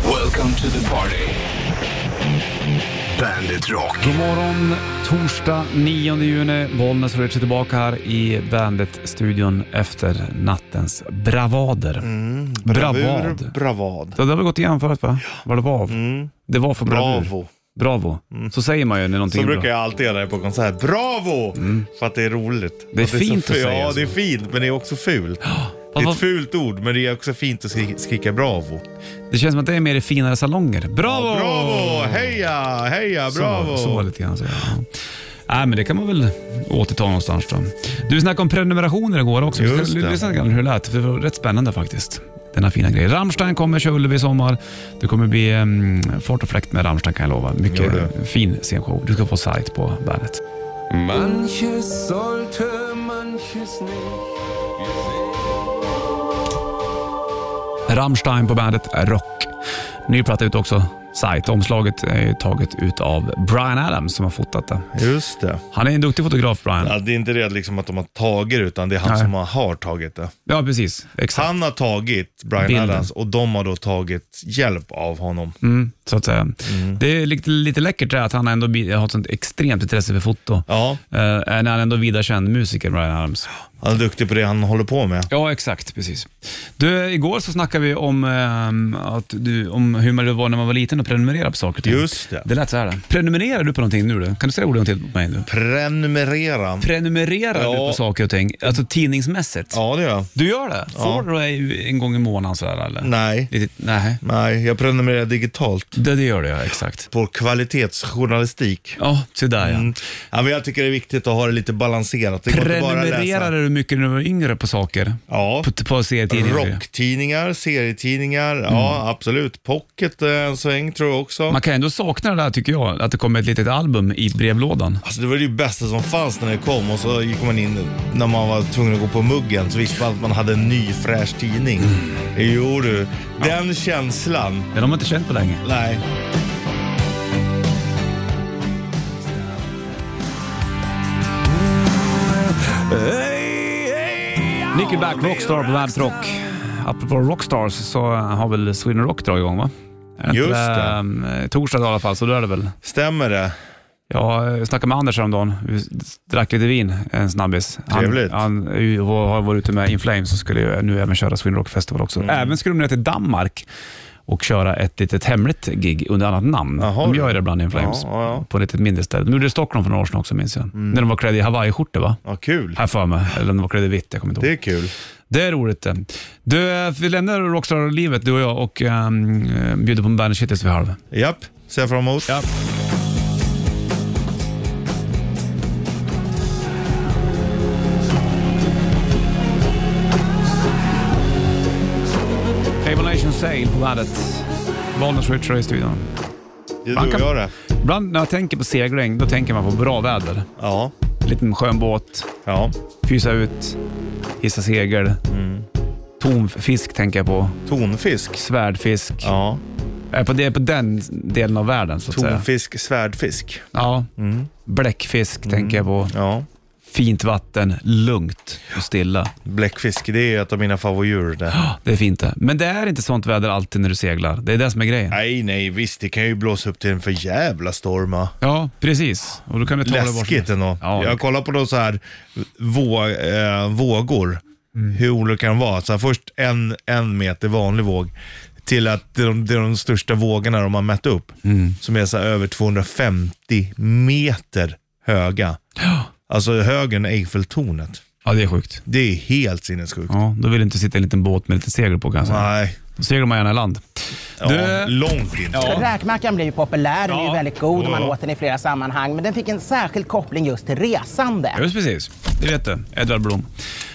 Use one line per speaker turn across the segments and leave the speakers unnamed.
Welcome to the party. Bandit Rock.
God morgon, torsdag 9 juni. Bollnäs rör sig tillbaka här i Bandet-studion efter nattens bravader.
Mm,
Bravad.
Bravad.
Det har vi gått igenom förut va? Var det vav? Det var för bravur.
Mm. Bravo. Mm.
Bravo. Så säger man ju när någonting
Så
är bra. Mm.
brukar jag alltid göra det på konsert. Bravo! För att det är roligt.
Det är
För
fint
så
att
ful-
säga
Ja,
så.
det är fint, men det är också fult. Det är
vad-
ett fult ord, men det är också fint att skri- skrika bravo.
Det känns som att det är mer i finare salonger. Bravo!
Bravo! Heja! Heja! Bravo!
Så, så lite grann så, ja. Nej, men det kan man väl återta någonstans då. Du snackade om prenumerationer igår också. Vi
Just
ska
det.
lyssna lite grann hur det lät, för det var rätt spännande faktiskt. Denna fina grej. Rammstein kommer, kör Ullevi i sommar. Det kommer bli um, fart och fläkt med Rammstein kan jag lova. Mycket
Jo,
fin scenshow. Du ska få sajt på bandet.
Manches sollte, manches nicht.
Rammstein på bandet Rock. Ny platta ut också. Sajt. Omslaget är ju taget ut av Brian Adams som har fotat det.
Just det.
Han är en duktig fotograf, Brian.
Ja, det är inte det liksom att de har tagit det, utan det är han
Nej.
som har- har tagit det.
Ja, precis. Exakt.
Han har tagit Brian
Bilden.
Adams och de har då tagit hjälp av honom.
Mm, så att säga.
Mm.
Det är lite, lite läckert det här att han ändå bi- har ett sånt extremt intresse för foto.
Ja,
Eh, när han ändå är vida känd musiker, Brian Adams.
han är duktig på det han håller på med.
Ja, exakt. Precis. Du, igår så snackade vi om, ehm, att du, om hur man var när man var liten och prenumererade på saker och ting.
Just det.
Det lät så här. då. Prenumererar du på någonting nu? Då? Kan du säga orden till på mig nu?
Prenumerera.
Prenumererar
Ja.
du på saker och ting, alltså tidningsmässigt?
Ja, det gör jag.
Du gör det? Får du det en gång i månaden sådär eller?
Nej.
Lite, nej.
Nej, jag prenumererar digitalt
Det, det gör du ja, exakt.
på kvalitetsjournalistik.
Ja, se där ja.
Mm. Ja, men jag tycker det är viktigt att ha det lite balanserat. Det går inte bara att läsa.
Prenumererade du mycket när du var yngre på saker?
Ja.
På, på serietidningar?
Rocktidningar, serietidningar, ja absolut. Pocket eh, en sväng tror jag också.
Mm. Man kan ändå sakna det där tycker jag, att det kommer ett litet album i brevlådan.
Alltså det var det bästa som fanns när det kom och så gick man in när man var tvungen att gå på muggen så visste man att man hade en ny fräsch tidning.
Mm.
Jo du, den känslan.
Den har man inte känt på länge.
Nej.
Nickelback, Rockstar på Bandet Rock. Apropå Rockstars så har väl Sweden Rock dragit igång va? Är inte
Just det.
ehm, Torsdag i alla fall, så då är det väl.
Stämmer det?
Jag snackade med Anders häromdagen. Vi drack lite vin, en snabbis.
Trevligt.
Han, han är ju- har varit ute med In Flames och skulle ju nu även köra Sweden Rock Festival också.
Mm.
Även skulle de ner till Danmark och köra ett litet hemligt gig under annat namn.
Jaha,
de
du.
gör ju det ibland, In Flames,
Ja, ja, ja. Mm.
på ett litet mindre ställe. De gjorde det i Stockholm för några år sedan också minns jag. När de var klädda i hawaiiskjortor va?
Ja, kul.
Här för mig. Eller om de var klädda i vitt, jag kommer inte ihåg.
Det är kul.
Det är roligt det. Du, eh, vi lämnar Rockstar-livet du och jag och um, bjuder på en Bandage Hittles vid halv.
Japp, ser jag fram emot.
Ja. Able Nation Sale på bandet. Bollnäs Richard i studion.
Det är
Man
du
kan-
och jag det.
Ibland när jag tänker på segling, då tänker man på bra väder.
Ja.
Liten skön båt,
Ja,
pysa ut, hissa segel.
Mm.
Tom fisk tänker jag på.
tonfisk.
Svärdfisk.
Ja,
Är på, det är på den delen av världen så att säga.
tonfisk, svärdfisk.
Ja.
Mm.
Bläckfisk tänker jag på.
Ja,
Fint vatten, lugnt och stilla.
bläckfisk, det är ett av mina favoritdjur. Det.
Det är fint det. Men det är inte sånt väder alltid när du seglar. Det är det som är grejen.
Nej, nej, visst, det kan ju blåsa upp till en för jävla storm. ja.
Ja, precis. Och då kan du ta det bort.
Läskigt ändå.
Ja.
Jag kollar på de så här vå, eh, vågor, hur olika de var. Så här, först en, en meter vanlig våg, till att det är de, det är de största vågorna de har mätt upp, som är så här över 250 meter höga. Alltså högre än Eiffeltornet.
Ja, det är sjukt.
Det är helt sinnessjukt.
Ja, då vill du inte sitta i en liten båt med lite segel på kanske.
Nej,
Då seglar man gärna i land.
ja,
Du-
långt in.
Räkmackan blev ju populär, den är
Ja.
ju väldigt god och man
Ja.
åt den i flera sammanhang. Men den fick en särskild koppling just till resande.
Just precis. Det vet du, Edvard Blom.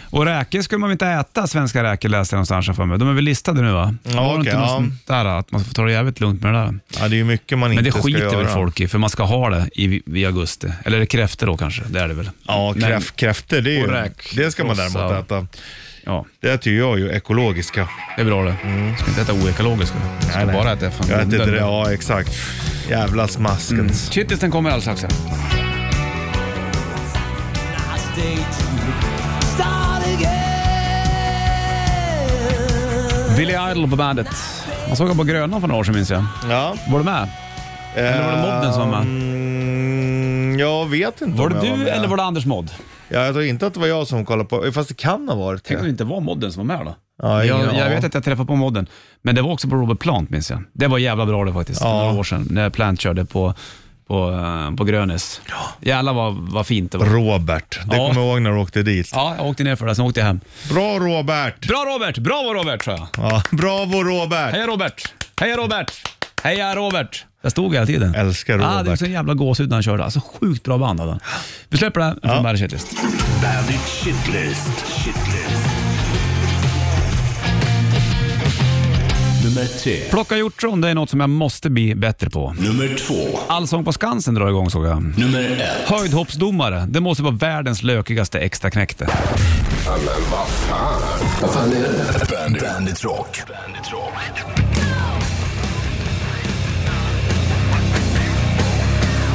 Och räkor skulle man väl inte äta, svenska räkor läste jag någonstans här för mig. De är väl listade nu va?
Ja,
Var det
Mm, okej,
inte något
ja.
sånt där att man får ta det jävligt lugnt med det där?
Ja, det är ju mycket man
Men
inte
det
ska göra.
skiter väl folk i, för man ska ha det i, i augusti. Eller är det kräftor då kanske? Det är det väl?
Ja,
Men-
kräf, kräftor, det, är
Och
ju,
räk-
det ska man
frossa
däremot
och-
äta.
Ja,
Det äter ju jag ju, ekologiska.
det är bra det. Ska inte äta oekologiska. Ska bara äta fan
Mm.
bonden.
Jag äter
Mm.
inte det, ja exakt. Jävla smaskens.
Kittis, den kommer alldeles strax här. Billy Idol på bandet. Han såg jag på Grönan för några år sedan minns jag.
Ja. eh,
Var du med? Eller var det Modden som var med?
Mm, Jag vet inte
Var
om
det
jag
du
med.
eller var det Anders Modd?
Ja, jag tror inte att det var jag som kollade på, fast det kan ha varit
Tänk om
det.
det inte var Modden som var med då?
Ja, ingen
jag, jag
aning.
vet att jag träffade på Modden, men det var också på Robert Plant minns jag. Det var jävla bra det faktiskt, för
Ja.
några år sedan när Plant körde på, på, eh, på Grönes. Jävlar vad, vad fint det var.
Robert, det
Ja.
kommer jag ihåg när du åkte dit.
Ja, jag åkte ner för det, sen åkte jag hem.
Bra Robert!
Bra Robert! Bravo Robert, sa jag.
Ja, bravo Robert!
Heja Robert! Heja Robert! Heja Robert! Jag stod hela tiden.
Älskar
Ah, det var
Robert.
så en jävla gåshud när han körde. Alltså sjukt bra band hade han. Vi släpper det här från Bandit Shitlist.
Bandit Shitlist. Shitlist. Nummer tre.
Plocka hjortron, det är något som jag måste bli bättre på.
Nummer två.
Allsång på Skansen drar igång såg jag.
Nummer ett.
Höjdhoppsdomare, det måste vara världens lökigaste extraknäckte.
Bandit, Bandit Rock. Bandit Rock.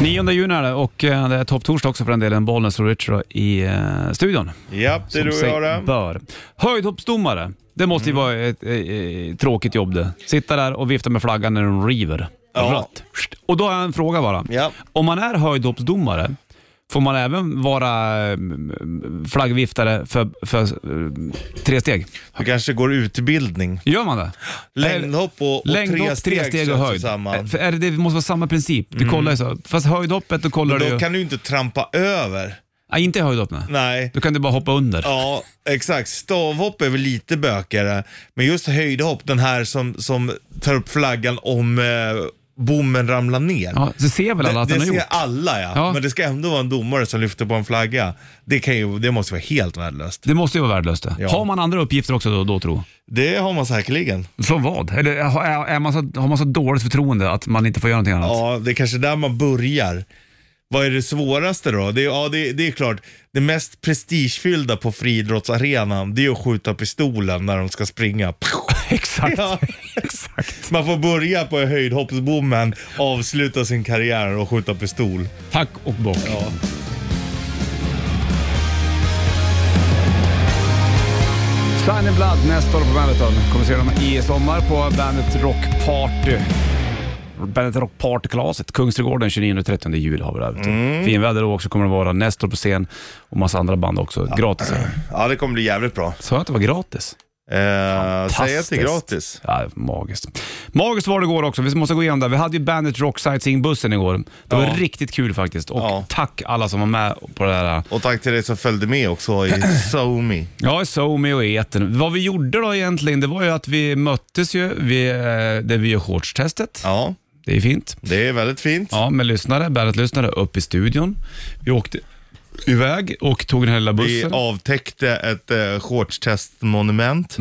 Nionde juni är det och eh, det är topptorsdag också för den delen. Bollnäs och Richard i eh, studion.
Japp, det
Som
är du och
sig
jag det. Mm.
Bör. Höjdhoppsdomare, det måste ju vara ett eh, eh, tråkigt jobb det. Sitta där och vifta med flaggan när de river.
Ja.
Rött. Och då har jag en fråga bara.
Ja.
Om man är höjdhoppsdomare, får man även vara eh, flaggviftare för, för eh, tre steg?
Du kanske går utbildning.
Gör man det?
Längdhopp och, och tre
Längdhopp,
steg,
tre steg och
känns det
höjd. Äh,
samman. Mm.
För är det, det måste vara samma princip. Du kollar ju så. Fast höjdhoppet, då kollar du
Då
ju...
kan du ju inte trampa över.
Nej, inte i höjdhopp nej.
Nej.
Då kan du bara hoppa under.
Ja, exakt. Stavhopp är väl lite bökigare, men just höjdhopp, den här som, som tar upp flaggan om eh, bommen ramlar ner.
Ja, så ser väl alla
Det,
att han
det
har gjort.
ser alla ja.
Ja.
men det ska ändå vara en domare som lyfter på en flagga. Det, kan ju, det måste vara helt värdelöst.
Det måste ju vara värdelöst det.
Ja.
Har man andra uppgifter också då, då tro?
Det har man säkerligen.
Som vad? Eller eh, har- är, är man så, har man så dåligt förtroende att man inte får göra någonting annat?
Ja, det är kanske där man börjar. Vad är det svåraste då? Det, är- ja, det, det är klart, det mest prestigefyllda på friidrottsarenan, det är att skjuta pistolen när de ska springa.
Exakt.
Ja.
Exakt.
Man får börja på höjdhoppsbommen, avsluta sin karriär och skjuta pistol.
Tack och bock.
Ja.
Shining Blood nästa år på Banditon. Kommer se dem i sommar på Bandet Rock Party. Bandet Rock Party-kalaset, Kungsträdgården 29-30 juli har vi där. Mm. Finväder då också kommer det vara. Nestor på scen och massa andra band också. Gratis.
Ja, det kommer bli jävligt bra.
Sa jag att det var gratis?
Eh, säg att det är
Fantastiskt.
gratis.
Ja, magiskt. Magiskt var det igår också. Vi måste gå igenom det. Vi hade ju Bandit Rock Sightseeing-bussen igår. Det var
Ja.
riktigt kul faktiskt. Och
Ja.
tack alla som var med på det här.
Och tack till dig som följde med också i SoMe.
Ja, SoMe och Eten. Vad vi gjorde då egentligen, det var ju att vi möttes ju vid, eh, där vi gör shortstestet.
Ja,
Det är fint.
det är väldigt fint.
Ja, med lyssnare, Bandet-lyssnare upp i studion. Vi åkte iväg och tog den här lilla
Vi
bussen.
avtäckte ett eh, shortstestmonument.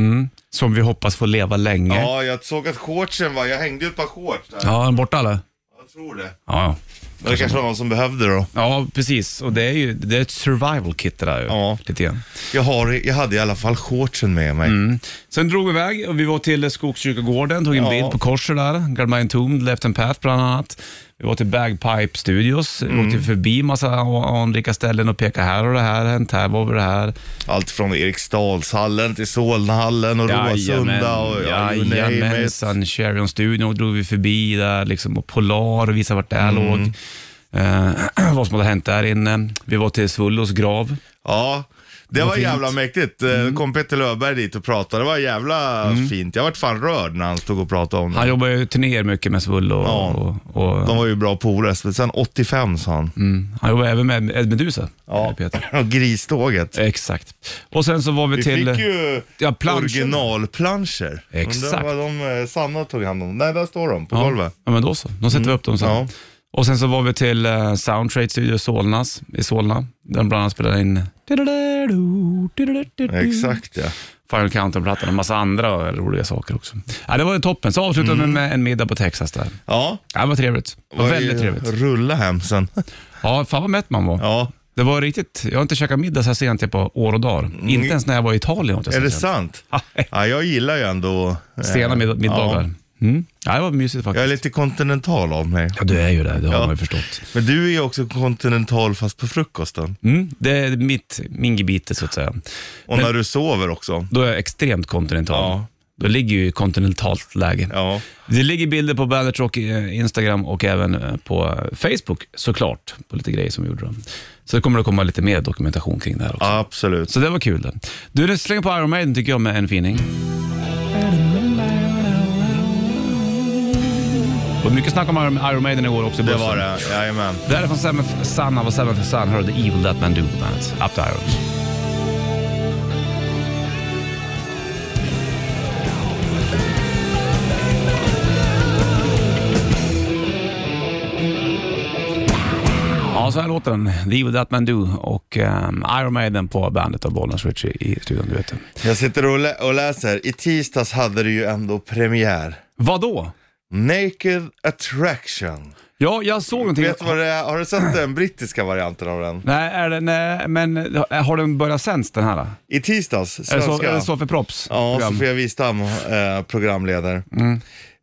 Som vi hoppas får leva länge. Ja,
Ja, jag såg att shortsen var, jag hängde ut ett par shorts där.
är den borta eller?
Jag tror det.
Ja,
Men det kanske var någon som behövde det då.
ja precis. Och det är ju det är ett survival kit det där ju.
Ja.
Lite grann.
Jag, har, jag hade i alla fall shortsen med mig.
Mm. Sen drog vi iväg och vi var till Skogskyrkogården, tog en
Ja.
bild på korset där. Galmain Tomb, Left and Path bland annat. Vi var till Bagpipe Studios,
Mm.
vi åkte förbi massa anrika ställen och pekade här och det här hänt, här var vi det här.
Allt från Eriksdalshallen till Solnahallen och Råsunda och ja, you name it.
jajamensan. Sherion Studion drog vi förbi där liksom och Polar och visade vart det här
Mm.
låg. Eh, vad som hade hänt där inne. Vi var till Svullos grav.
Ja, det var
fint. Mm.
jävla mäktigt. Eh, kom Petter Löfberg dit och pratade. Det var jävla fint. Jag vart fan rörd när han stod och pratade om det.
Han jobbar ju turnéer mycket med Svullo och,
Ja.
och, och
De var ju bra polare. Sen 85 sa han.
han jobbar även med Ed Meduza.
Ja.
Mm. Peter.
Och Griståget.
Exakt. Och sen så var vi,
Vi
till...
fick ju
Ja, planscher.
originalplanscher.
Exakt.
Undrar vad de, eh, Sanna tog hand om. Nej, där står de på
ja,
golvet.
ja, men då så. Då sätter vi upp dem sen.
Mm. Ja.
Och sen så var vi till uh, Soundtrade Studio Solnas, i Solna. Där de bland annat spelade in Mm.
Exakt ja.
Final Countdown-plattan och massa andra roliga saker också. Ja, det var ju toppen. Så avslutade
Mm.
vi med en middag på Texas där.
Ja,
Ja, det var trevligt. Det var
var
väldigt
ju-
trevligt.
Rulla hem sen.
Ja, fan vad mätt man var.
Ja,
Det var riktigt. Jag har inte käkat middag så här sent på år och dagar. Inte ens när jag var i Italien. åt jag så
Mm. är det
sent.
sant? Ja, jag gillar ju ändå... eh,
Sena mid- middagar. Mm. Ja, det var mysigt faktiskt.
Jag är lite kontinental av mig.
Ja, du är ju det. Det har
Ja.
man ju förstått.
Men du är ju också kontinental fast på frukosten.
Mm, det är mitt, min gebite så att säga.
Och när du sover också.
Då är jag extremt kontinental.
Ja.
Det ligger ju i kontinentalt läge.
Ja.
Det ligger bilder på Bandit Rock eh, Instagram och även eh, på eh, Facebook såklart, på lite grejer som vi gjorde. Då. Så det kommer att komma lite mer dokumentation kring det här också.
Absolut.
Så det var kul. Det. Du, nu slänger på Iron Maiden tycker jag med en fining. Det var mycket snack om Iron Iron Maiden igår också i
Det
bussen.
var det, jajamän.
Det här är från Seventh Son av Seventh Son. Hör The Evil That Man Do på bandet. Up to Irons. Ja, så här låter den. The Evil That Man Do och um, Iron Maiden på bandet av Bollnäs Ritchie i studion, du vet det.
Jag sitter och, lä- och läser. I tisdags hade det ju ändå premiär.
Vadå?
Naked Attraction.
Ja, jag såg någonting.
Vet du vad det är? Har du sett den brittiska varianten av den?
Nej, är det, nej, men har den börjat sänds den här? då?
I tisdags,
Är det så, är
svenska.
det så för props?
Ja,
program? Mm.
Sofia Wistam, eh, programledare.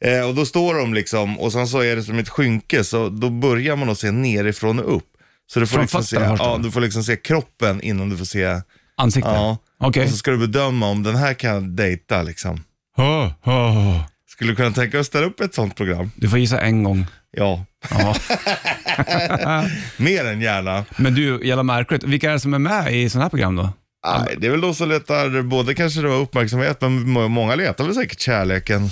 Eh, och då står de liksom, och sen så är det som ett skynke, så då börjar man att se nerifrån och upp. Så du får,
Från
liksom se,
fötterna först då?
ja, du får liksom se kroppen innan du får se,
Ansikte?
ja.
Okej.
Och så ska du bedöma om den här kan jag dejta liksom.
Hå, hå, hå.
Skulle du kunna tänka dig att ställa upp ett sånt program?
Du får gissa en gång.
Ja,
Ja.
mer än gärna.
Men du, jävla märkligt. Vilka är det som är med i sådana här program då?
Nej, det är väl de som letar både kanske då uppmärksamhet, men må- många letar väl säkert kärleken.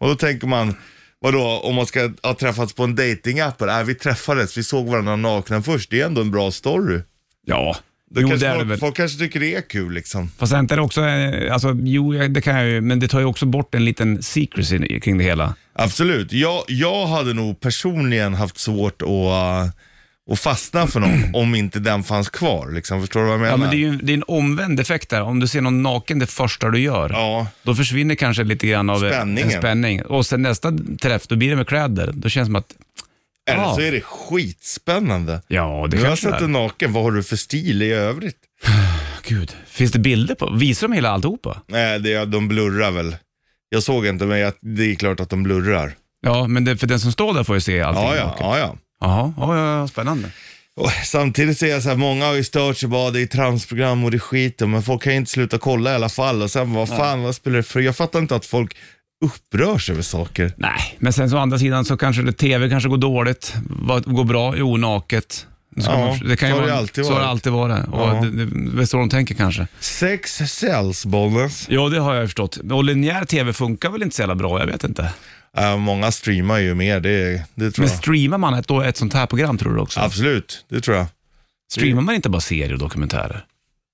Och då tänker man, vadå, om man ska ha träffats på en datingapp nej vi träffades, vi såg varandra nakna först, det är ändå en bra story.
Ja,
Då
jo,
kanske
det är det
folk,
väl.
folk kanske tycker det är kul liksom.
Fast inte är det också, eh, alltså, jo jag- det kan jag ju, men det tar ju också bort en liten secrecy i- kring det hela.
Absolut, jag, jag hade nog personligen haft svårt att, uh, att fastna för någon om inte den fanns kvar. Liksom. Förstår du vad jag menar?
Ja, men det är ju det är en omvänd effekt där. Om du ser någon naken det första du gör,
Ja.
då försvinner kanske lite grann av eh,
Spänningen.
en spänning. Och sen nästa träff, då blir det med kläder. Då känns det som att,
Eller
Ja.
så är det skitspännande.
ja det
Nu har jag
kanske det
sett
är.
dig naken, vad har du för stil i övrigt?
Gud, finns det bilder på? Visar de hela alltihopa?
Nej, det, de blurrar väl. Jag såg inte, men jag, det är klart att de blurrar.
Ja, men det, för den som står där får ju se allting.
Ja, ja,
naken.
ja, ja.
Jaha, ja, ja, ja, spännande.
Och samtidigt så är jag så här, många har ju stört sig bara, det är tramsprogram och det är skit, men folk kan ju inte sluta kolla i alla fall. Och sen, vad fan, vad spelar det för Jag fattar inte att folk upprörs över saker.
Nej, men sen så å andra sidan så kanske det, tv kanske går dåligt, vad, går bra, jo, naket. Ska
Ja,
man- det kan ju
så har
vara-
det alltid
så har det
varit.
alltid varit. Och
Ja.
det, det, det är så de tänker kanske.
Sex säljs, Bollnäs.
Ja, det har jag förstått. Och linjär tv funkar väl inte så jävla bra, jag vet inte.
Äh, många streamar ju mer, det, det tror
Men
jag.
streamar man ett, då ett sånt här program tror du också?
Absolut, det tror jag.
Streamar man inte bara serier och dokumentärer?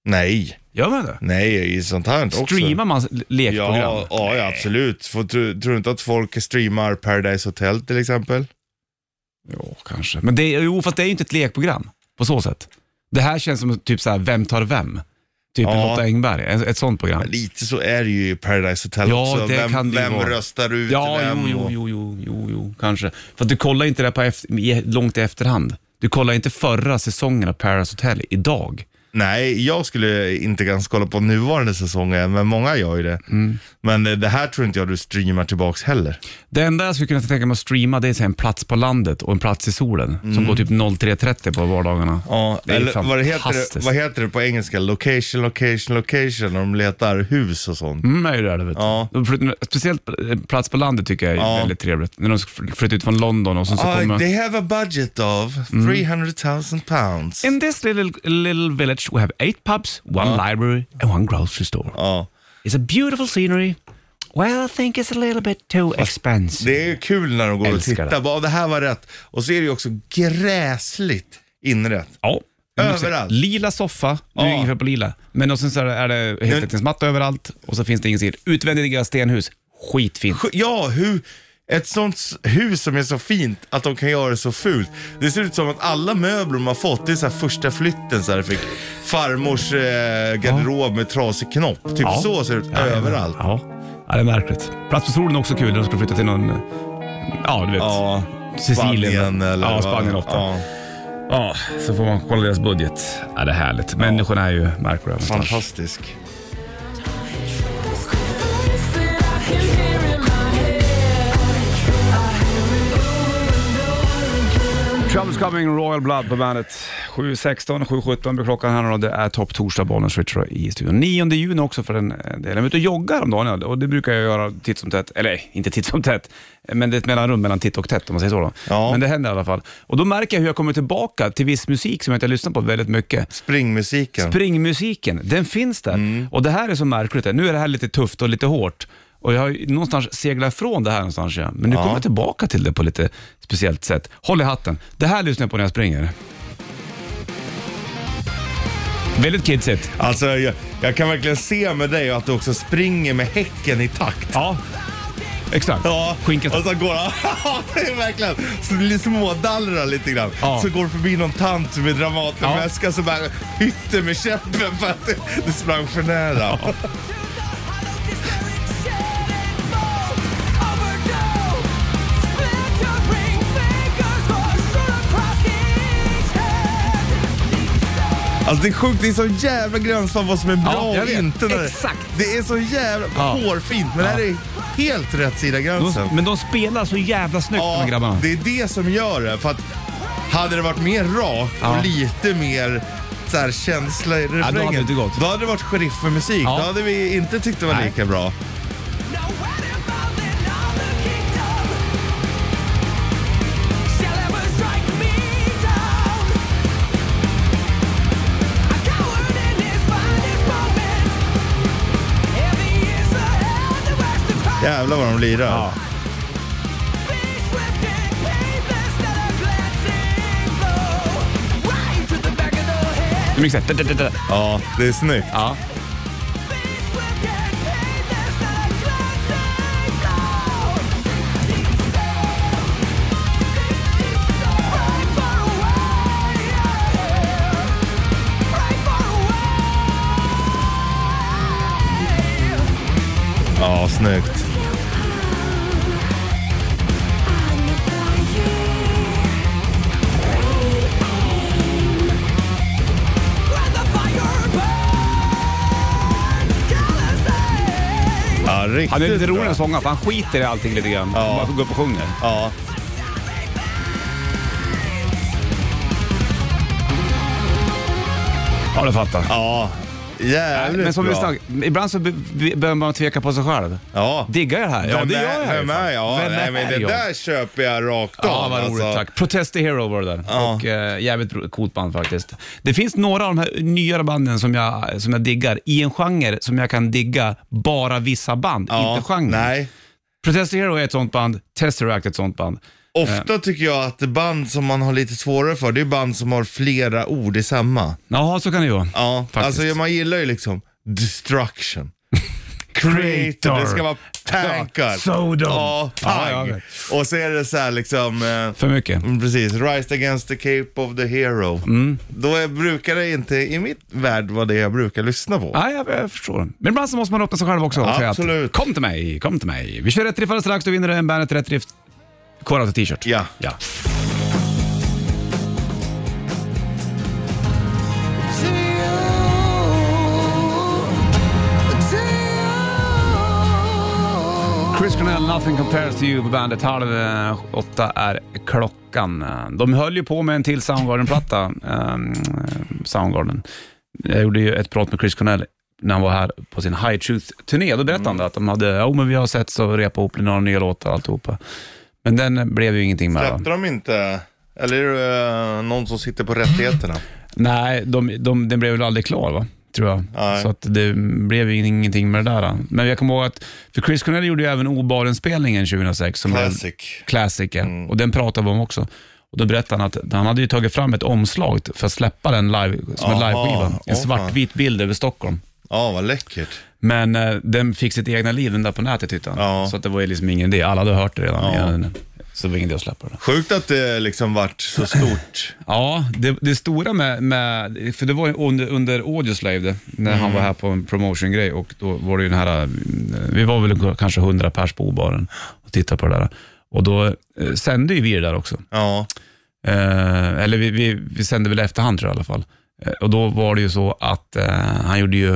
Nej,
Gör man det?
nej, i sånt här Mm, också.
Streamar man le- lekprogram?
Ja, ja, ja absolut. Får, tror, tror du inte att folk streamar Paradise Hotel till exempel?
Jo, kanske. Men det, är- jo, fast det är ju inte ett lekprogram på så sätt. Det här känns som typ så här, Vem tar vem? Typ
Ja.
Lotta Engberg, ett, ett sånt program.
Men Lite så är det ju i Paradise Hotel
Ja,
också.
det
vem
kan det ju
vem
vara.
röstar ut
Ja,
vem?
jo, jo,
och-
jo, jo, jo, jo, kanske. För att du kollar inte det här på efter, i- e- långt i efterhand. Du kollar inte förra säsongen av Paradise Hotel idag.
Nej, jag skulle inte ens kolla på nuvarande säsongen, men många gör ju det.
Mm.
Men eh, det här tror inte jag du streamar tillbaks heller.
Det enda jag skulle kunna tänka mig att streama det är så här en plats på landet och en plats i solen som går typ 03.30 på vardagarna.
Mm. Ja,
det är
eller vad det heter,
fantastiskt.
det- vad heter det på engelska? Location, location, location, när de letar hus och sånt.
Mm, är ju det, det vet du.
Ja.
Och för- Speciellt eh, plats på landet tycker jag är
Ja.
väldigt trevligt. När de ska fly- flytta ut från London och sen så
Ah,
kommer... Mm.
they have a budget of 300,000 pounds.
In this little, little village we have eight pubs, one library and one grocery store.
Ja.
It's a beautiful scenery. Well, I think it's a little bit too expensive.
Det är ju kul när de går
Älskar
och tittar.
det.
Bara, det här var rätt. Och så är det ju också gräsligt inrätt.
Ja. men också
Överallt.
Lila soffa, du är
Ja.
ungefär på lila. Men och sen så är det heltäckningsmatta överallt och så finns det ingenting. Utvändiga stenhus, skitfint.
Sj- Ja, hur, ett sånt s- hus som är så fint att de kan göra det så fult. Det ser ut som att alla möbler de har fått, det är så här första flytten så här fick farmors eh, garderob med trasig knopp. Typ
Ja.
så ser det ut överallt.
Ja. ja, det är märkligt. Plats på solen är också kul när de ska flytta till någon, ja du vet,
Ja,
Sicilien.
Spanien eller
ja,
vad-
Spanien ofta. Ja.
Ja,
så får man kolla deras budget. Ja, det är härligt. Människorna är ju märkliga.
fantastisk.
Trouble's coming, Royal Blood på bandet. 7.16, 7.17 blir klockan här nu då. Det är topp torsdag, bollen switchar i studion. 9 juni också för den eh, delen. Jag är ute och joggar om dagen och det brukar jag göra titt som tätt. Eller inte titt som tätt, men det är ett mellanrum mellan titt och tätt om man säger så. Då.
Ja.
Men det händer i alla fall. Och då märker jag hur jag kommer tillbaka till viss musik som jag inte har lyssnat på väldigt mycket.
Springmusiken. Mm.
Springmusiken, den finns där. Och det här är så märkligt. Nu är det här lite tufft och lite hårt. Och jag har ju någonstans seglat ifrån det här någonstans. Ja. Men nu kommer jag tillbaka till det på lite speciellt sätt. Håll i hatten. Det här lyssnar jag på när jag springer. Väldigt kidsigt.
Alltså, jag, jag kan verkligen se med dig att du också springer med häcken i takt.
Ja, exakt.
Ja,
Skinkan.
och så går han... det är verkligen så smådallrar lite grann.
Ja.
Så går förbi någon tant med
Ja.
Dramatenväska som bara hytter med käppen för att det sprang för nära. Alltså det är sjukt, det är så jävla gräns vad som är bra
Ja, jag
och
vet.
inte. när det-
Exakt.
Det är så jävla
Ja.
hårfint, men det här är helt rätt sida gränsen.
De, men de spelar så jävla snyggt de
Ja,
här grabbarna.
det är det som gör det. För att hade det varit mer rakt
Ja.
och lite mer så här, känsla i refrängen.
hade det inte gått.
Då hade det varit sheriffmusik.
Ja.
Då hade vi inte tyckt det var
Nej.
lika bra. Jävlar vad de lirar.
Ja. Det är mycket så här, da, da, da, da.
Ja, det är snyggt.
Ja.
Ja, snyggt. Ja, riktigt
Han är lite rolig
bra.
att sånga för han skiter i allting lite grann.
Ja.
Han bara går upp och sjunger.
Ja.
Ja, det fattar.
ja. Jävligt
Men som
bra.
vi snack, ibland så be- be- behöver man tveka på sig själv.
Ja.
Diggar jag det här? Ja,
Vem
det
är-
gör jag.
Vem är jag? Ja,
Vem
nej, men
är
det
jag?
där köper jag rakt av.
Ja, vad roligt.
alltså.
Tack. Protest the Hero var det där.
Ja.
Och eh, jävligt ro- coolt band faktiskt. Det finns några av de här nyare banden som jag, som jag diggar i en genre som jag kan digga bara vissa band,
Ja,
inte genren.
Nej.
Protest the Hero är ett sånt band, Tesseract är ett sånt band. Eh.
Ofta tycker jag att band som man har lite svårare för, det är band som har flera ord i samma.
Jaha, så kan det ju vara.
Ja,
Faktiskt.
alltså man gillar ju liksom destruction. Creator. Det ska vara tankar.
Ja, Sodom.
Ja, pang.
Ja, jag vet.
Och så är det så här liksom, eh,
För mycket.
mm, precis, Rise Against the Cape of the Hero. Då är, brukar det inte i mitt värld vara det jag brukar lyssna på.
Nej, jag, jag förstår. Men ibland så måste man öppna sig själv också. och säga att,
Absolut.
Kom till mig, kom till mig. Vi kör rätt riff alldeles strax, då vinner du en Bandet Rätt Riff Core t-shirt.
Ja.
ja. Chris Cornell, Nothing Compares To You på bandet. Halv eh, åtta är klockan. De höll ju på med en till Soundgarden-platta, ehm, Soundgarden. Jag gjorde ju ett prat med Chris Cornell när han var här på sin High Truth-turné. Då berättade han det, att de hade, jo men vi har sett så repa ihop några nya låtar och alltihopa. Men den blev ju ingenting med. va?
Släppte de inte? Eller är det eh, någon som sitter på rättigheterna?
Nej, de, de, den blev väl aldrig klar va? Tror jag.
Nej.
Så att det blev ju ingenting med det där. då. Men jag kommer ihåg att, för Chris Cornell gjorde ju även Obaren-spelningen 2006. Som blev-
Classic.
Classic, ja.
Mm.
Och den pratade vi om också. Och då berättade han att han hade ju tagit fram ett omslag för att släppa den live, som en
Aha,
liveskiva. En
åh,
svartvit bild över Stockholm.
Ja, vad läckert.
Men eh, den fick sitt egna liv den där på nätet tyckte han.
Ja.
Så att det var ju liksom ingen idé. Alla hade hört det redan.
Ja.
Men, eh, Så det var ingen idé att släppa det.
Sjukt att det liksom vart så stort.
Ja, det, det stora med, med, för det var ju under, under Audioslave det, när han
Mm.
var här på en promotiongrej och då var det ju den här, eh, vi var väl kanske 100 pers på obaren och tittade på det där. Och då eh, sände ju vi det där också.
Ja,
Eh, eller vi, vi, vi sände väl efterhand tror jag i alla fall. Eh, och då var det ju så att eh, han gjorde ju,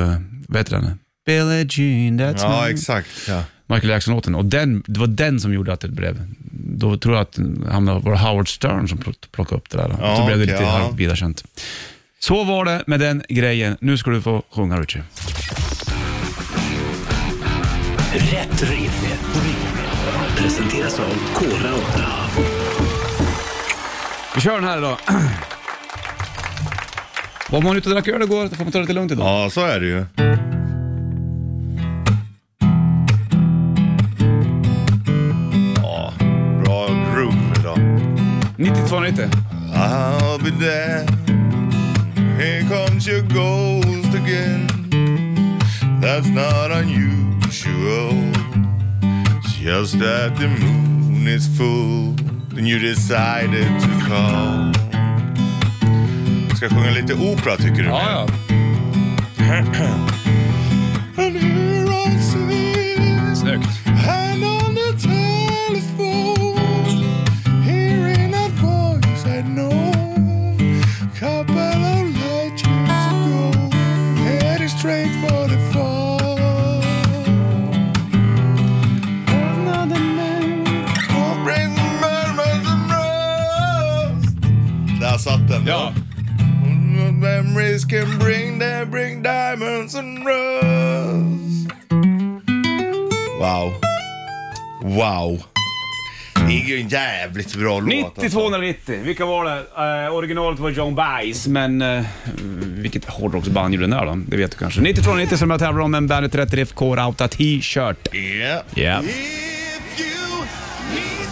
vad heter den? Billie Jean, that's
ja
my-
exakt. Ja.
Michael Jackson-låten. Och den, det var den som gjorde att det blev... Då tror jag att det hamnade- var det Howard Stern som plock- plockade upp det där.
Ja,
så blev det
okej,
lite
ja.
halvvidarekänt. Så var det med den grejen. Nu ska du få sjunga Richie.
Rätt riff. Presenteras av Kora 8.
Vi kör den här idag. Var man ute och drack öl igår, då får man ta det lite lugnt idag.
Ja, så är det ju. Ja, bra groove idag.
9290.
I'll be there. Here comes your ghost again. That's not unusual. It's Just that the moon is full and you decided to call. Ska jag sjunga lite opera tycker du?
Ja, ja.
And here I sit,
Snyggt.
hand on the telephone, hearing a voice I know. Couple of light years ago, headed straight for the fall. Another man who brings murmurs and rust. Där satt den.
Ja.
Memories can bring they bring diamonds and rust. Wow. Wow. Det är ju en jävligt bra låt. alltså.
9290. Vilka var det? Eh, originalet var John Baez, men eh, vilket hårdrocksband gjorde den där då? Det vet du kanske. 9290 som jag tävlar om en Bandet Rätt Riff K-Rauta T-shirt.
Ja.
Ja.
If you need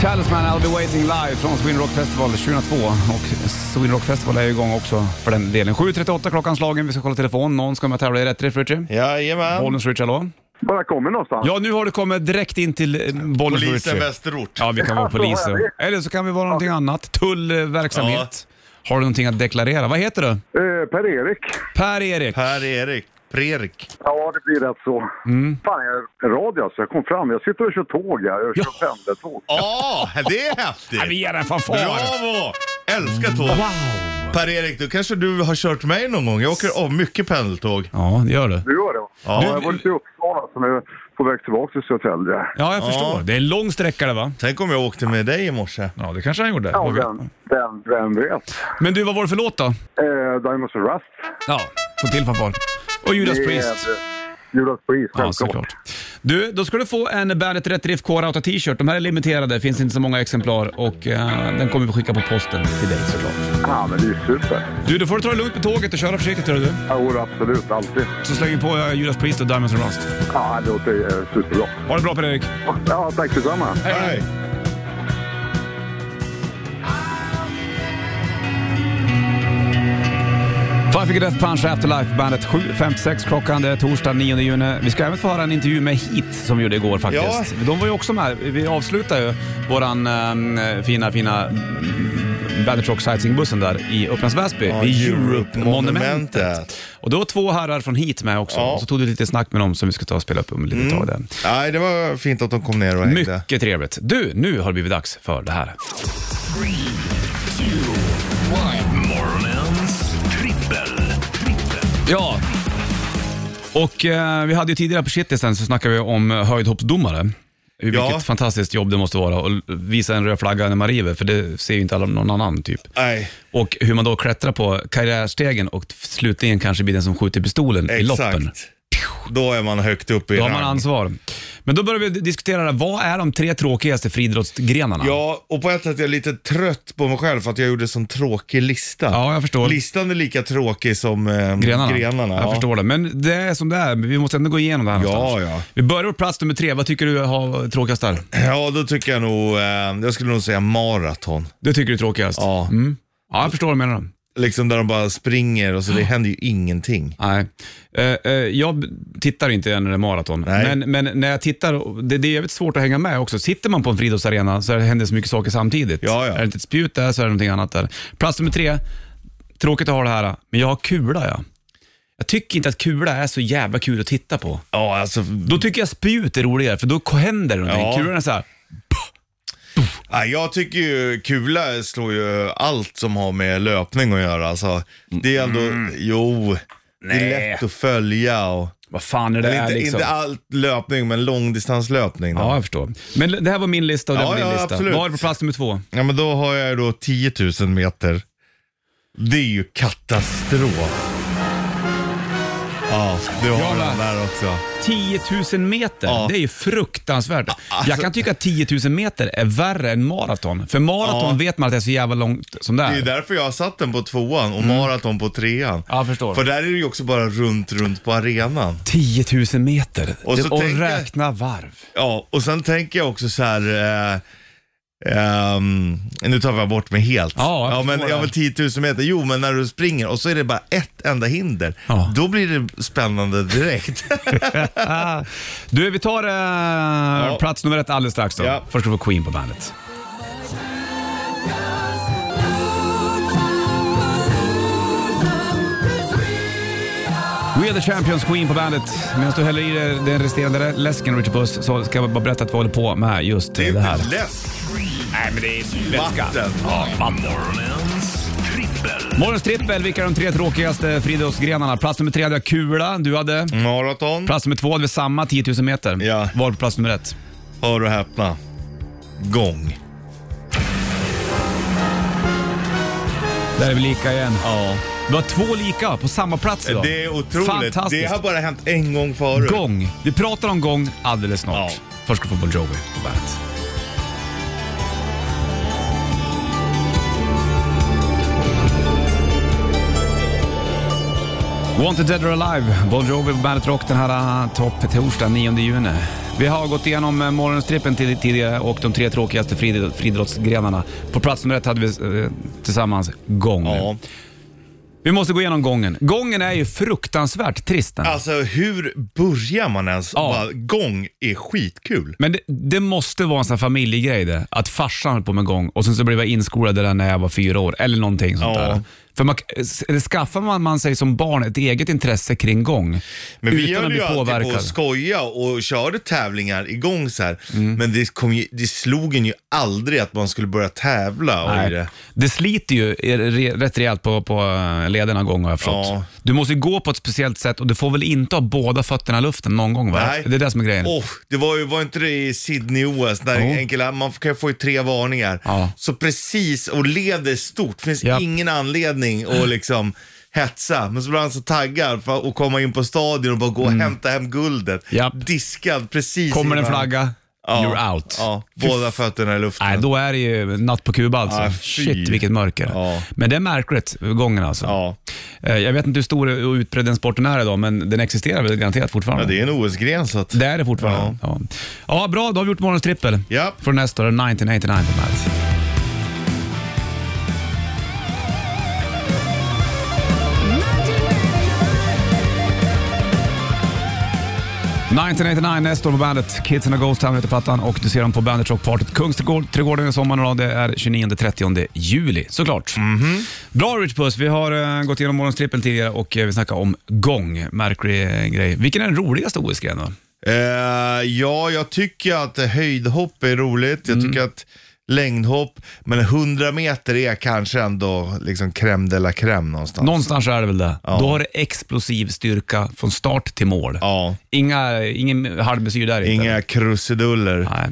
Talisman I'll be waiting live från Sweden Rock Festival 2002. Och Sweden Rock Festival är ju igång också för den delen. 7.38 klockan slagen. Vi ska kolla telefon. Någon ska med och tävla i Rätt Riff, Richie.
Jajamän.
Bollnäs Richie, hallå?
Bara kommer någonstans.
Ja, nu har du kommit direkt in till eh, Bollnäs
Polisen
Richie.
Västerort.
Ja, vi kan vara
Ja, så
poliser.
är
Eller så kan vi vara någonting annat. Tullverksamhet. Har du någonting att deklarera? Vad heter du?
Eh, Per-Erik.
Per-Erik.
Per-Erik. Prerik.
Ja, det blir rätt så.
Mm.
Fan, jag är rad alltså. Jag kom fram. Jag sitter och kör tåg här. Jag kör
Ja.
pendeltåg.
Ja, det är
Ja, vi
häftigt.
ger en fanfar.
Bravo! Älskar tåg.
Wow!
Per-Erik, du kanske du har kört mig någon gång? Jag åker av mycket pendeltåg.
Ja, det gör du.
Du gör det? va? Ja, jag var lite i Uppsala, så nu är jag på väg tillbaka till Södertälje.
Ja, jag förstår. Det är en lång sträcka det va?
Tänk om jag åkte med dig i morse.
Ja, det kanske han gjorde.
Ja, vem, vem, vem vet?
Men du, vad var det för låt då?
Eh, Diamonds and Rust.
Ja, få till fanfar. Och Judas
Det är,
Priest.
eh, Judas Priest,
Ja,
självklart.
såklart. Du, då ska du få en Bandet Rätt Riff K-Rauta t-shirt. De här är limiterade, finns inte så många exemplar och eh, den kommer vi skicka på posten till dig såklart.
Ja, men det är ju super.
Du, då får du ta det lugnt med tåget och köra försiktigt hörru du.
Ja, absolut. Alltid.
Så slänger vi på eh, Judas Priest och Diamonds and Rust.
Ja, det låter eh, superbra.
Ha det bra Per-Erik.
Ja, tack detsamma.
Hej!
Five Finger Death Punch Afterlife, bandet 7.56 klockan. Det är torsdag 9 juni. Vi ska även få höra en intervju med Heat som vi gjorde igår faktiskt. De var ju också med. Vi avslutar ju våran eh, fina, fina mm, Bandet Rock Sightseeingbussen där i Upplands Väsby. vid Europe-monumentet. Och det var två herrar från Heat med också.
Ja.
Och så tog du lite snack med dem som vi ska ta och spela upp om ett litet tag. Där.
Nej, det var fint att de kom ner och hängde.
Mycket trevligt. Du, nu har det blivit dags för det här.
Morgonens trippel. Trippel.
Ja. Och eh, vi hade ju tidigare på Shitlisten så snackade vi om eh, höjdhoppsdomare. Vilket
Ja.
fantastiskt jobb det måste vara att visa en röd flagga när man river, för det ser ju inte alla någon annan typ.
Nej,
Och hur man då klättrar på karriärstegen och slutligen kanske blir den som skjuter pistolen i loppen.
exakt. Då är man högt upp i
Då har
rang.
man ansvar. Men då börjar vi diskutera, det här. vad är de tre tråkigaste friidrottsgrenarna?
Ja, och på ett sätt är jag lite trött på mig själv för att jag gjorde en sån tråkig lista.
Ja, jag förstår.
Listan är lika tråkig som eh,
Grenarna.
grenarna.
jag
ja.
förstår det. Men det är som det är, vi måste ändå gå igenom det här
Ja,
någonstans.
ja.
Vi börjar på plats nummer tre, vad tycker du har tråkigast där?
Ja, då tycker jag nog, eh, jag skulle nog säga maraton.
Det tycker du är tråkigast?
Ja.
Mm. ja jag förstår vad du menar.
Liksom där de bara springer och så det händer ju ingenting.
Nej. Eh, eh, jag tittar inte än när det är maraton,
Nej.
men, men när jag tittar, det, det är jävligt svårt att hänga med också. Sitter man på en friidrottsarena så händer så mycket saker samtidigt.
Ja, ja.
Är det inte ett spjut där så är det någonting annat där. Plats nummer tre, tråkigt att ha det här, men jag har kula ja. Jag tycker inte att kula är så jävla kul att titta på.
Ja, alltså,
Då tycker jag spjut är roligare, för då händer det någonting.
Ja.
Kulan är så här.
Ja, jag tycker ju kula slår ju allt som har med löpning att göra. Alltså, det är ändå, jo, det
Mm. Nej.
är lätt att följa och...
Vad fan är det
Eller
här
inte,
liksom?
inte allt löpning, men långdistanslöpning. Då.
Ja,
Ja.
jag förstår. Men det här var min lista och det
Ja,
var din
ja,
lista.
absolut.
Vad är på plats nummer två?
men då har jag ju då 10 000 meter. Det är ju katastrof. Ja, du har
Ja,
den
va.
där också.
10 000 meter,
Ja. alltså-
det är ju fruktansvärt. jag kan tycka att 10 000 meter är värre än maraton. För maraton
Ja.
vet man att det är så jävla långt som det
Det
är.
är ju därför jag har satt den på tvåan och maraton på trean.
Mm. Ja, jag förstår.
För där är det ju också bara runt, runt på arenan.
10 000 meter
Och
och,
så
och
tänker-
räkna varv.
Ja, och sen tänker jag också så här. Eh, ehm, nu tar jag bort mig helt.
Ja, jag
ja, men,
förstår
ja
det.
men 10 000 meter. Jo, men när du springer och så är det bara ett enda hinder.
Ja.
Då blir det spännande direkt.
Du, vi tar eh, plats nummer ett alldeles strax då.
Ja.
Först ska vi få Queen på bandet. We are the champions, Queen på bandet. Medan du häller i dig den resterande läsken, Richard Puss, så ska jag bara berätta att vi håller på med just det, här.
lätt.
Nej, men det är
Vatten.
Ja, vatten.
Morgonens trippel.
Morgons trippel, vilka är de tre tråkigaste friidrottsgrenarna? Plats nummer tre hade jag kula, du hade?
Maraton.
Plats nummer två hade vi samma, 10 000 meter.
Mm. Ja.
Var på plats nummer ett?
Hör och häpna. Gång.
Där är vi lika igen.
Ja.
Vi har två lika på samma plats idag.
Det är otroligt. Det
Fantastiskt.
har bara hänt en gång förut.
Gång. Vi pratar om gång alldeles snart.
Ja.
Först ska vi få Bon Jovi på bandet. Wanted Dead or Alive, Bon Jovi på Bandet Rock den här eh, topp torsdag 9 juni. Vi har gått igenom eh, morgonstrippen tid- tidigare och de tre tråkigaste frid- friidrottsgrenarna. På plats nummer ett hade vi eh, tillsammans gång.
Ja.
Vi måste gå igenom gången. Gången är ju fruktansvärt trist. den.
Alltså hur börjar man ens?
Ja.
Bara, gång är skitkul.
Men det, det måste vara en sån här familjegrej det. Att farsan höll på med gång och sen så blev jag inskolad i det där när jag var fyra år eller någonting sånt
Ja.
där. För man, eller skaffar man, man sig som barn ett eget intresse kring gång
Men vi
utan att
höll
bli
ju alltid på
påverkad?
att skoja och körde tävlingar igång så här.
Mm.
Men det, kom ju, det slog en ju aldrig att man skulle börja tävla. Och i
Nej.
det.
Det sliter ju re- rätt rejält på, på eh, lederna gång har jag förstått.
Ja.
Du måste ju gå på ett speciellt sätt och du får väl inte ha båda fötterna i luften någon gång? Va?
Nej.
Det är det som är grejen.
Oh, det var ju, var inte det i Sydney-OS, när
Jo.
enkel, man kan ju få ju tre varningar.
Ja.
Så precis, och leder stort, finns
Japp. Mm.
ingen anledning att liksom hetsa. Men så blir han så taggad för att komma in på stadion och bara gå och hämta hem guldet.
Mm. Japp.
Diskad precis
Kommer det en
innan-
flagga,
Ja.
you're out.
Ja, båda fötterna i luften.
Nej, då är det ju natt på Kuba alltså.
Ah, fy.
Shit vilket mörker.
Ja.
Men det är märkligt, gången alltså.
Ja.
Eh, Jag vet inte hur stor och utbredd den sporten är idag, men den existerar väl garanterat fortfarande.
Ja, det är en OS-gren så att...
Det är det fortfarande. Ja. Ja. bra, då har vi gjort morgonens trippel.
Ja.
Från nästa år, 1989 på bandet. ...1989 nästa år på bandet. Kids and a Ghost Town heter plattan och du ser dem på Bandet Rockpartyt Kungsträdgården i sommar. och Det är 29-30 juli såklart. Bra Rich Puss, vi har eh, gått igenom morgonens trippel tidigare och eh, vi snackar om gång. Märklig eh, grej. Vilken är den roligaste OS-grenen då?
Eh, ja, jag tycker att höjdhopp är roligt. Jag
Mm.
tycker att längdhopp, men 100 meter är kanske ändå liksom crème de la crème någonstans.
Någonstans är det väl det. Då har det explosiv styrka från start till mål.
Ja,
Inga, ingen halvmesyr där inte.
inga krusiduller.
Nej,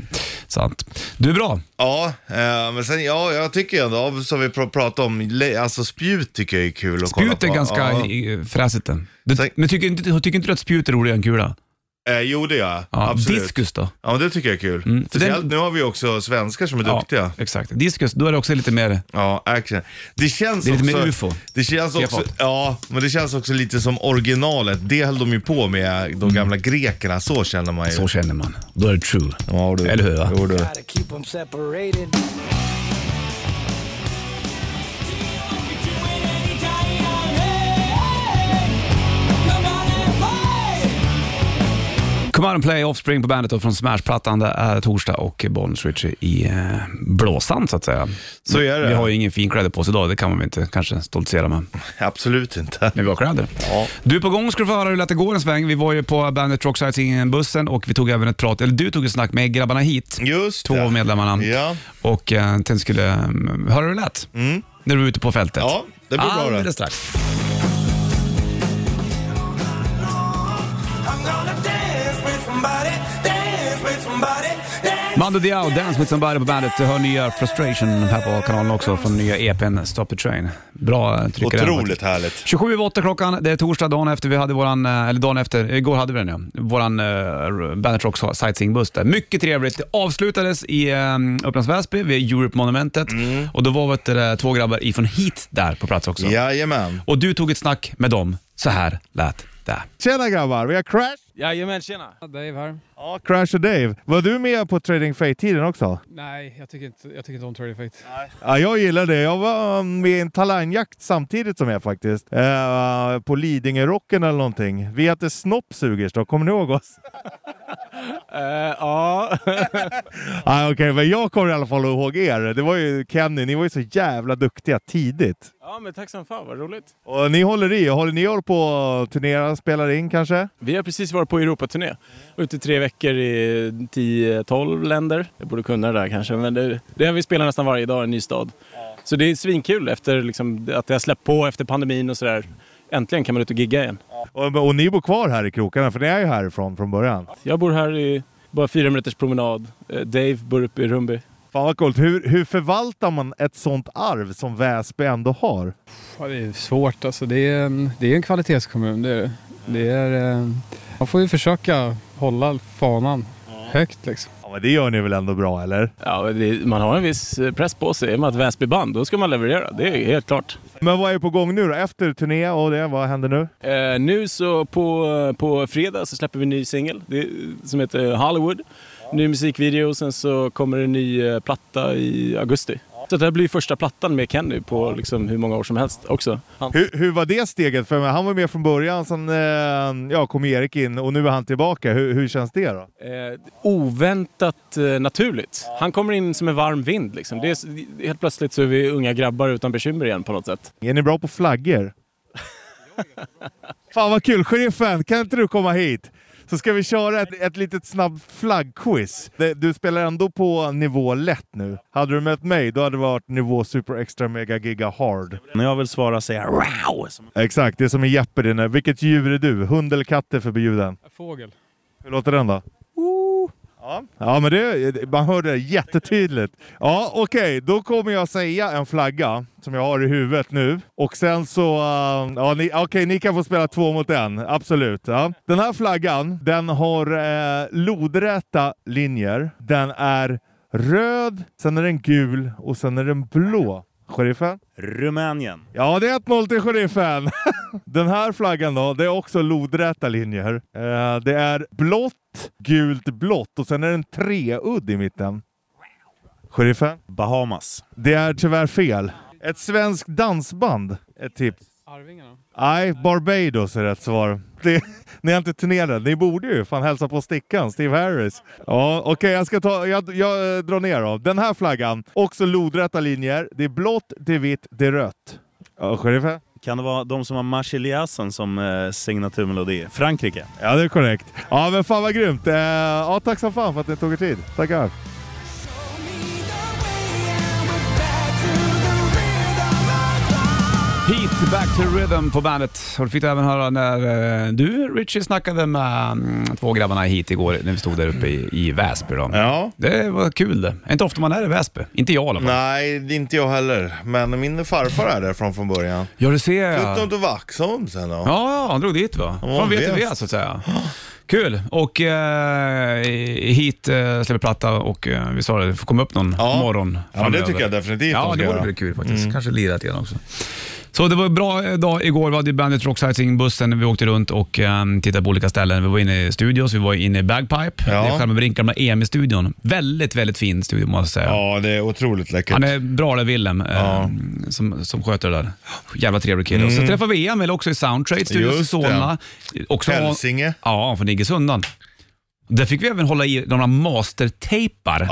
sant. Du är bra.
Ja, eh, men sen ja, jag tycker ändå, av- som vi pr- pratade om, le- alltså spjut tycker jag är kul att kolla
Spjut
på.
är ganska
Ja.
ja. fräsigt. den. Du,
Tack.
men tycker, inte- tycker inte du att spjut är roligare än kula?
Eh, jo, det gör jag.
Ja,
Absolut.
diskus då?
Ja, men det tycker jag är kul.
Mm, för den-
Speciellt nu har vi också svenskar som är duktiga.
Ja, exakt. Diskus, då är det också lite mer...
Ja, action. Det känns
Det är lite
också,
mer UFO.
Det känns också,
Stefan.
ja, men det känns också lite som originalet. Det höll de ju på med, de gamla grekerna. Så känner man ju.
Mm. Så känner man. Då är det true.
Ja, du.
Eller hur? Va?
Jo, du.
Gotta keep them separated.
Come out and play Offspring på bandet då från Smash-plattan. Det är torsdag och Bonus Richie i eh, blåsan så att säga.
Så är det.
Vi har ju ingen fin kläder på oss idag, det kan man väl inte kanske stoltsera med.
Absolut inte.
Men vi har kläder.
Ja.
Du, på gång ska du få höra hur lätt det går en sväng. Vi var ju på bandet Rock Sightseeing-bussen och vi tog även ett prat, eller du tog ett snack med grabbarna hit.
Just
Två
det.
av medlemmarna.
Ja.
Och eh, tänkte skulle mm, höra hur det lät när du var ute på fältet.
Ja, det blir bra
Alldeles
det.
strax. Mando Diao, Dance with somebody på bandet. Du hör nya Frustration här på kanalen också från nya EPn Stop the Train. Bra eh, tryck i den, faktiskt.
Otroligt härligt.
27 över 8 klockan, det är torsdag dagen efter vi hade våran, eh, eller dagen efter, igår hade vi den ja, våran uh, Bandet Rock sightseeingbuss där. Mycket trevligt. Det avslutades i um, Upplands Väsby vid Europe-monumentet och då var det där två grabbar ifrån hit där på plats också.
Jajamän.
Och du tog ett snack med dem. Så här lät det.
Tjena grabbar, vi har Crash.
Jajamän, tjena! Dave här.
Ja, Crash och Dave. Var du med på Trading Fate-tiden också?
Nej, jag tycker inte, jag tycker inte om Turdy Fight.
Ja, jag gillar det. Jag var um, med i en talangjakt samtidigt som jag faktiskt. Eh, på Lidingö-rocken eller någonting. Vi hette Snoppsugers då, kommer ni ihåg oss?
ja.
ah, Okej, men jag kommer i alla fall ihåg er. Det var ju Kenny, ni var ju så jävla duktiga tidigt.
ja, men tack som fan, vad roligt.
Och ni håller i, håller ni håller på och turnerar, spelar in kanske?
Vi har precis varit på Europaturné. Ute i tre veckor i 10-12 länder. Jag borde kunna det där kanske, men det, det har vi spelat nästan varje dag i en ny stad. Så det är svinkul efter liksom, att det har släppt på efter pandemin och sådär. Äntligen kan man ut och gigga igen.
Och, och ni bor kvar här i krokarna, för ni är ju härifrån från början.
Jag bor här i bara fyra minuters promenad. Eh, Dave bor uppe i Rumby.
Fan vad coolt. Hur, hur förvaltar man ett sånt arv som Väsby ändå har?
Ja, det är svårt alltså. Det är en, det är en kvalitetskommun. Det är, det. det är, eh, man får ju försöka hålla fanan högt liksom.
Ja, men det gör ni väl ändå bra, eller?
Ja, det, man har en viss eh, press på sig. I och med att Väsby är band, då ska man leverera. Det är helt klart.
Men vad är på gång nu då? Efter turné och det, vad händer nu?
Eh, nu så på, eh, på fredag så släpper vi en ny singel det- eh, som heter Hollywood. Ny musikvideo och sen så kommer en ny eh, platta i augusti. Så det här blir första plattan med Kenny på liksom hur många år som helst också. Han,
Hur, hur var det steget? För han var med från början, sen eh, ja, kom Erik in och nu är han tillbaka. Hur, hur känns det då?
eh, oväntat eh, naturligt. Han kommer in som en varm vind liksom. Det är, s- helt plötsligt så är vi unga grabbar utan bekymmer igen på något sätt.
Är ni bra på flaggor? Fan vad kul! Sheriffen, kan inte du komma hit? Så ska vi köra ett, ett litet snabbt flaggquiz. Det- Du spelar ändå på nivå lätt nu. Hade du mött mig, då hade det varit nivå super extra mega giga hard.
När jag vill svara säger jag wow. Som
Exakt, det är som en Jeopardy nu. Vilket djur är du? Hund eller katt är förbjuden.
Fågel.
Hur låter den då? Ja. ja, men det, man hör det jättetydligt. Ja, okej, då kommer jag säga en flagga som jag har i huvudet nu. Och sen så... eh, ja, ni, okej, ni kan få spela två mot en. Absolut. Ja. Den här flaggan, den har eh, lodräta linjer. Den är röd, sen är den gul och sen är den blå. Sheriffen?
Rumänien.
Ja, det är 1-0 till sheriffen. Den här flaggan då, det är också lodräta linjer. Eh, det är blått, gult, blått och sen är det en treudd i mitten. Sheriffen?
Bahamas.
Det är tyvärr fel. Ett svenskt dansband, ett tips.
Arvingarna.
Nej, Barbados är rätt svar. Det, ni har inte turnerat. Ni borde ju fan hälsa på stickan, Steve Harris. Ja, okej, jag ska ta... Jag, jag eh, drar ner då. Den här flaggan, också lodräta linjer. Det är blått, det är vitt, det är rött. Ja, sheriffen?
Kan det vara de som har Marseljäsen som eh, signaturmelodi? Frankrike.
Ja, det är korrekt. Ja, men fan vad grymt. Eh, ja, tack så fan för att ni tog er tid. Tackar.
Heat, Back to Rhythm på bandet. Och du fick även höra när eh, du, Richie, snackade med mm, två grabbarna i Heat igår när vi stod där uppe i, i Väsby. Då.
Ja.
Det var kul det. Inte ofta man är i Väsby. Inte jag i alla fall.
Nej, det är inte jag heller. Men min farfar är därifrån från början.
Ja, du ser
Förutom
jag.
att du var Axholm sen då.
Ja, ja, han drog dit va?
Ja,
Från
vet.
VTV så att säga. Kul! Och eh, hit eh, släpper platta och eh, vi sa det, det får komma upp någon
Ja.
morgon
Ja, men det tycker jag definitivt de
Ja,
ska
det vore
göra. Mm.
väl kul faktiskt. Kanske lirat igen också. Så det var en bra eh, dag igår. Vi hade ju Bandit Rock Sightseeing-bussen. Vi åkte runt och eh, tittade på olika ställen. Vi var inne i studios, vi var inne i Bagpipe.
Ja.
Det är själva Brinkarna EM-studion. Väldigt, väldigt fin studio måste jag säga.
Ja, det är otroligt läckert.
Han är bra där, Willem, eh, som, som sköter det där. Jävla trevlig kille. Och så träffade vi Emil också i Soundtrade, Studios i
Just
Solna. Också,
Hälsinge.
Ja, från Iggesund. han. Där fick vi även hålla i några mastertejpar.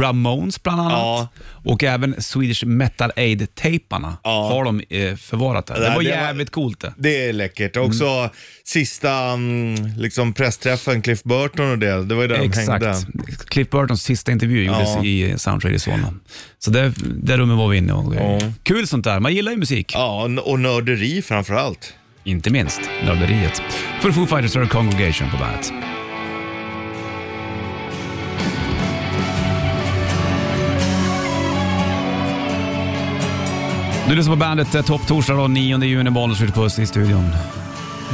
Ramones bland annat. Och även Swedish Metal Aid-tejparna har de eh, förvarat där. Det
Nej,
var jävligt coolt det.
Det är läckert. Också sista mm, liksom, pressträffen, Cliff Burton och det, det var ju där de
Exakt.
hängde.
Cliff Burtons sista intervju gjordes
Ja.
i eh, Soundtrade i Solna. Så det, det rummet var vi inne och eh, Kul sånt där, man gillar ju musik.
Ja, och nörderi framförallt.
Inte minst nörderiet. För Foo Fighters har Congregation på bandet. Du lyssnar på Bandet eh, Topp Torsdag då, 9 juni, Bollnäs skjuter puss i studion.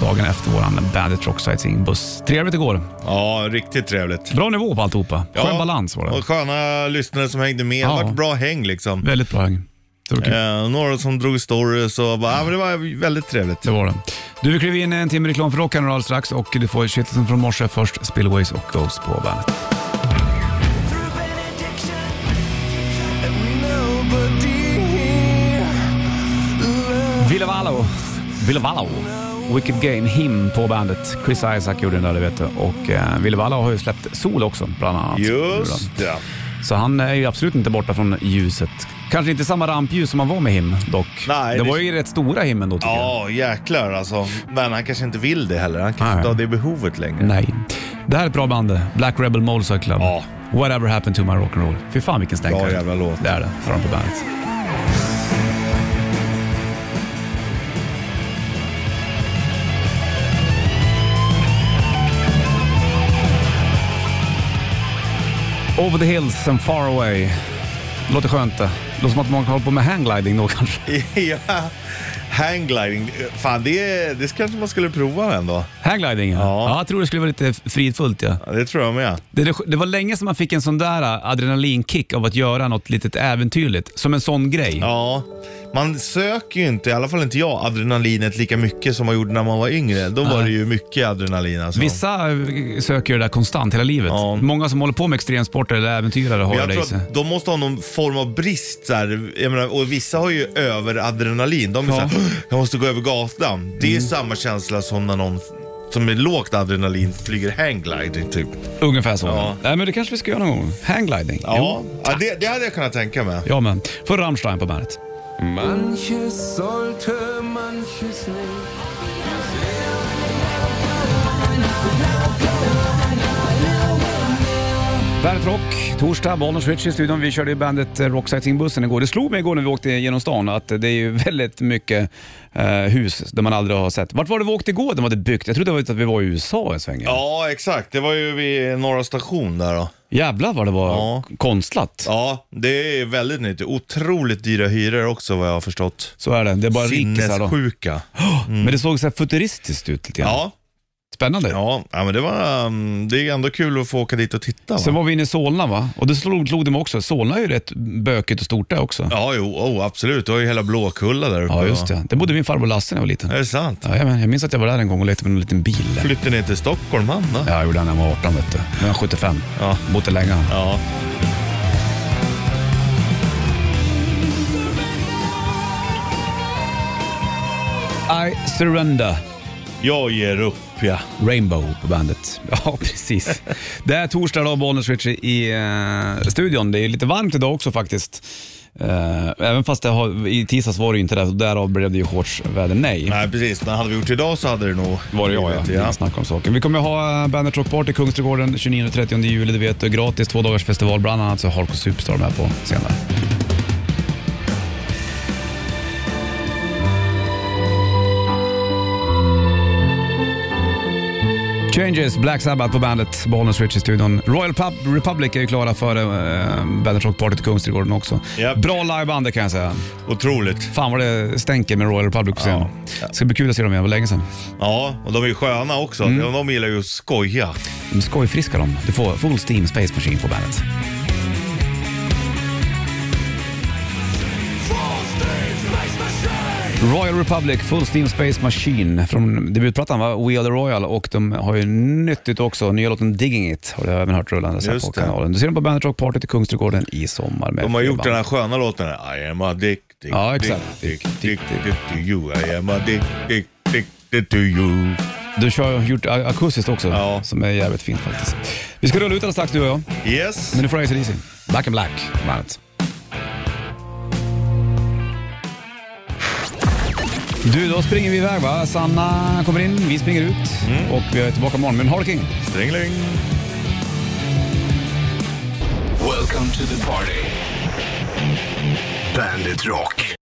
Dagen efter våran Bandet Rock Sightseeing-buss. Trevligt igår.
Ja, riktigt trevligt.
Bra nivå på alltihopa. Skön
Ja.
balans var det.
Och sköna lyssnare som hängde med.
Ja.
Det vart bra häng liksom.
Väldigt bra häng. Tråkigt.
Eh, några som drog stories och bara, ja, men det var väldigt trevligt.
Det var det. Du, vi kliver in i en timme reklam för rock här alldeles strax och du får shitlisten från morse först, Spillways och Ghost på bandet. Villa Vallo. Villa Vallo. Wicked Game, Him på bandet. Chris Isaac gjorde den där, det vet du. Och eh, Ville Vallo har ju släppt sol också, bland annat.
Just det.
Så han är ju absolut inte borta från ljuset. Kanske inte samma rampljus som han var med Him dock.
Nej,
det,
det-
var ju rätt stora Him ändå tycker jag.
Ja, jäklar alltså. Men han kanske inte vill det heller. Han kanske
Nej.
inte har det behovet längre.
Nej. Det här är ett bra band det. Black Rebel Motorcycle Club.
Ja.
Whatever happened to my rock'n'roll. Fy fan vilken stänkare.
Bra jävla låt.
Det är det. Har de på bandet. Over the hills and far away. Låter skönt det. Låter som att man håller på med hanggliding då kanske.
ja. Hanggliding. Fan, det, det kanske man skulle prova ändå.
Hanggliding ja.
Ja.
ja. Jag tror det skulle vara lite fridfullt ja.
Ja, Det tror jag med.
Det, det, det var länge som man fick en sån där äh, adrenalinkick av att göra något litet äventyrligt. Som en sån grej.
Ja, man söker ju inte, i alla fall inte jag, adrenalinet lika mycket som man gjorde när man var yngre. Då var
Nej.
det ju mycket adrenalin alltså.
Vissa äh, söker ju det där konstant hela livet.
Ja.
Många som håller på med extremsporter eller äventyrare
Men
har
jag
det i
tror
sig.
att de måste ha någon form av brist så här. Jag menar, och vissa har ju överadrenalin. De är
Ja. Mm.
så här, jag måste gå över gatan. Det är samma känsla som när någon som är lågt adrenalin flyger hanggliding typ.
Ungefär så.
Ja.
Nej, men det kanske vi ska göra någon gång. Hanggliding.
Ja,
Jo.
ja det, det hade jag kunnat tänka mig.
Ja, men. För Rammstein på bandet.
Manches sollte, manches nicht.
Bandet Rock, torsdag, Bollnäs Ritchie i studion. Vi körde ju bandet eh, Rock Sightseeing-bussen igår. Det slog mig igår när vi åkte genom stan att det är ju väldigt mycket eh, hus där man aldrig har sett. Vart var det vi åkte igår? De hade byggt. Jag trodde det var att vi var i USA en sväng.
Ja, exakt. Det var ju vid Norra station där då.
Jävlar vad det var
Ja.
konstlat.
Ja, det är väldigt nytt. Otroligt dyra hyror också vad jag har förstått.
Så är det. Det är bara rikisar då.
Sinnessjuka.
Men det såg så här futuristiskt ut lite grann.
Ja,
Spännande.
ja, ja, men det var... um, Det är ändå kul att få åka dit och titta.
Sen
Va?
var vi inne i Solna va? Och det slog, slog det mig också. Solna är ju rätt bökigt och stort där också.
Ja, jo, oh, absolut. Du har ju hela Blåkulla där uppe.
Ja, just
va?
det. Det bodde min farbror Lasse när jag var liten.
Är det sant?
Ja, jag minns att jag var där en gång och letade med en liten bil.
Flyttade ner till Stockholm han då?
Ja, jag gjorde det när jag var 18 vet du. Nu är jag 75.
Ja.
Bott där länge.
Ja.
I surrender.
Jag ger upp ja.
Rainbow på bandet. Ja, precis. Det är torsdag då, Bollnäs Ritchie i eh, studion. Det är lite varmt idag också faktiskt. Eh, även fast det har, i tisdags var det ju inte det, så därav blev det ju shortsväder. Nej.
Nej, precis. Men hade vi gjort idag så hade det nog...
Var det jag ja.
blivit,
Inga snack om saken. Vi kommer ha eh, Bandet Rock Party i Kungsträdgården 29-30 juli, det vet du. Gratis två dagars festival, bland annat så är Hardcore Superstar med på scenen. Changes, Black Sabbath på bandet, Bollnäs Rich i studion. Royal Pub Republic är ju klara för eh, Bandet Rock Party till Kungsträdgården också.
Japp.
Bra liveband det kan jag säga.
Otroligt.
Fan vad det stänker med Royal Republic på scenen. Ska bli kul att se dem igen, det var länge sedan.
Ja, och de är ju sköna också. De gillar ju att skoja.
De är Mm, skojfriska de. Du får Full Steam Space Machine på bandet. Royal Republic, Full Steam Space Machine från debutplattan va? We Are The Royal och de har ju nytt ut också, nya låten Digging It har du även hört rullandes här
Just
på
det.
kanalen. Du ser dem på Bandet Rock Party i Kungsträdgården i sommar med
De har
fler
gjort
band.
den här sköna låten. I am addicted.
Ja, exakt.
Addicted to you. I am addicted to you.
Du kör, har gjort a- akustiskt också, som är jävligt fint faktiskt. Vi ska rulla ut alldeles strax du och jag.
Yes.
Men nu får du AC/DC. Black and Black, bandet. Du, då springer vi iväg va? Sanna kommer in, vi springer ut och vi är tillbaka imorgon. Men ha det king!
Stringling!
Welcome to the party. Bandit Rock.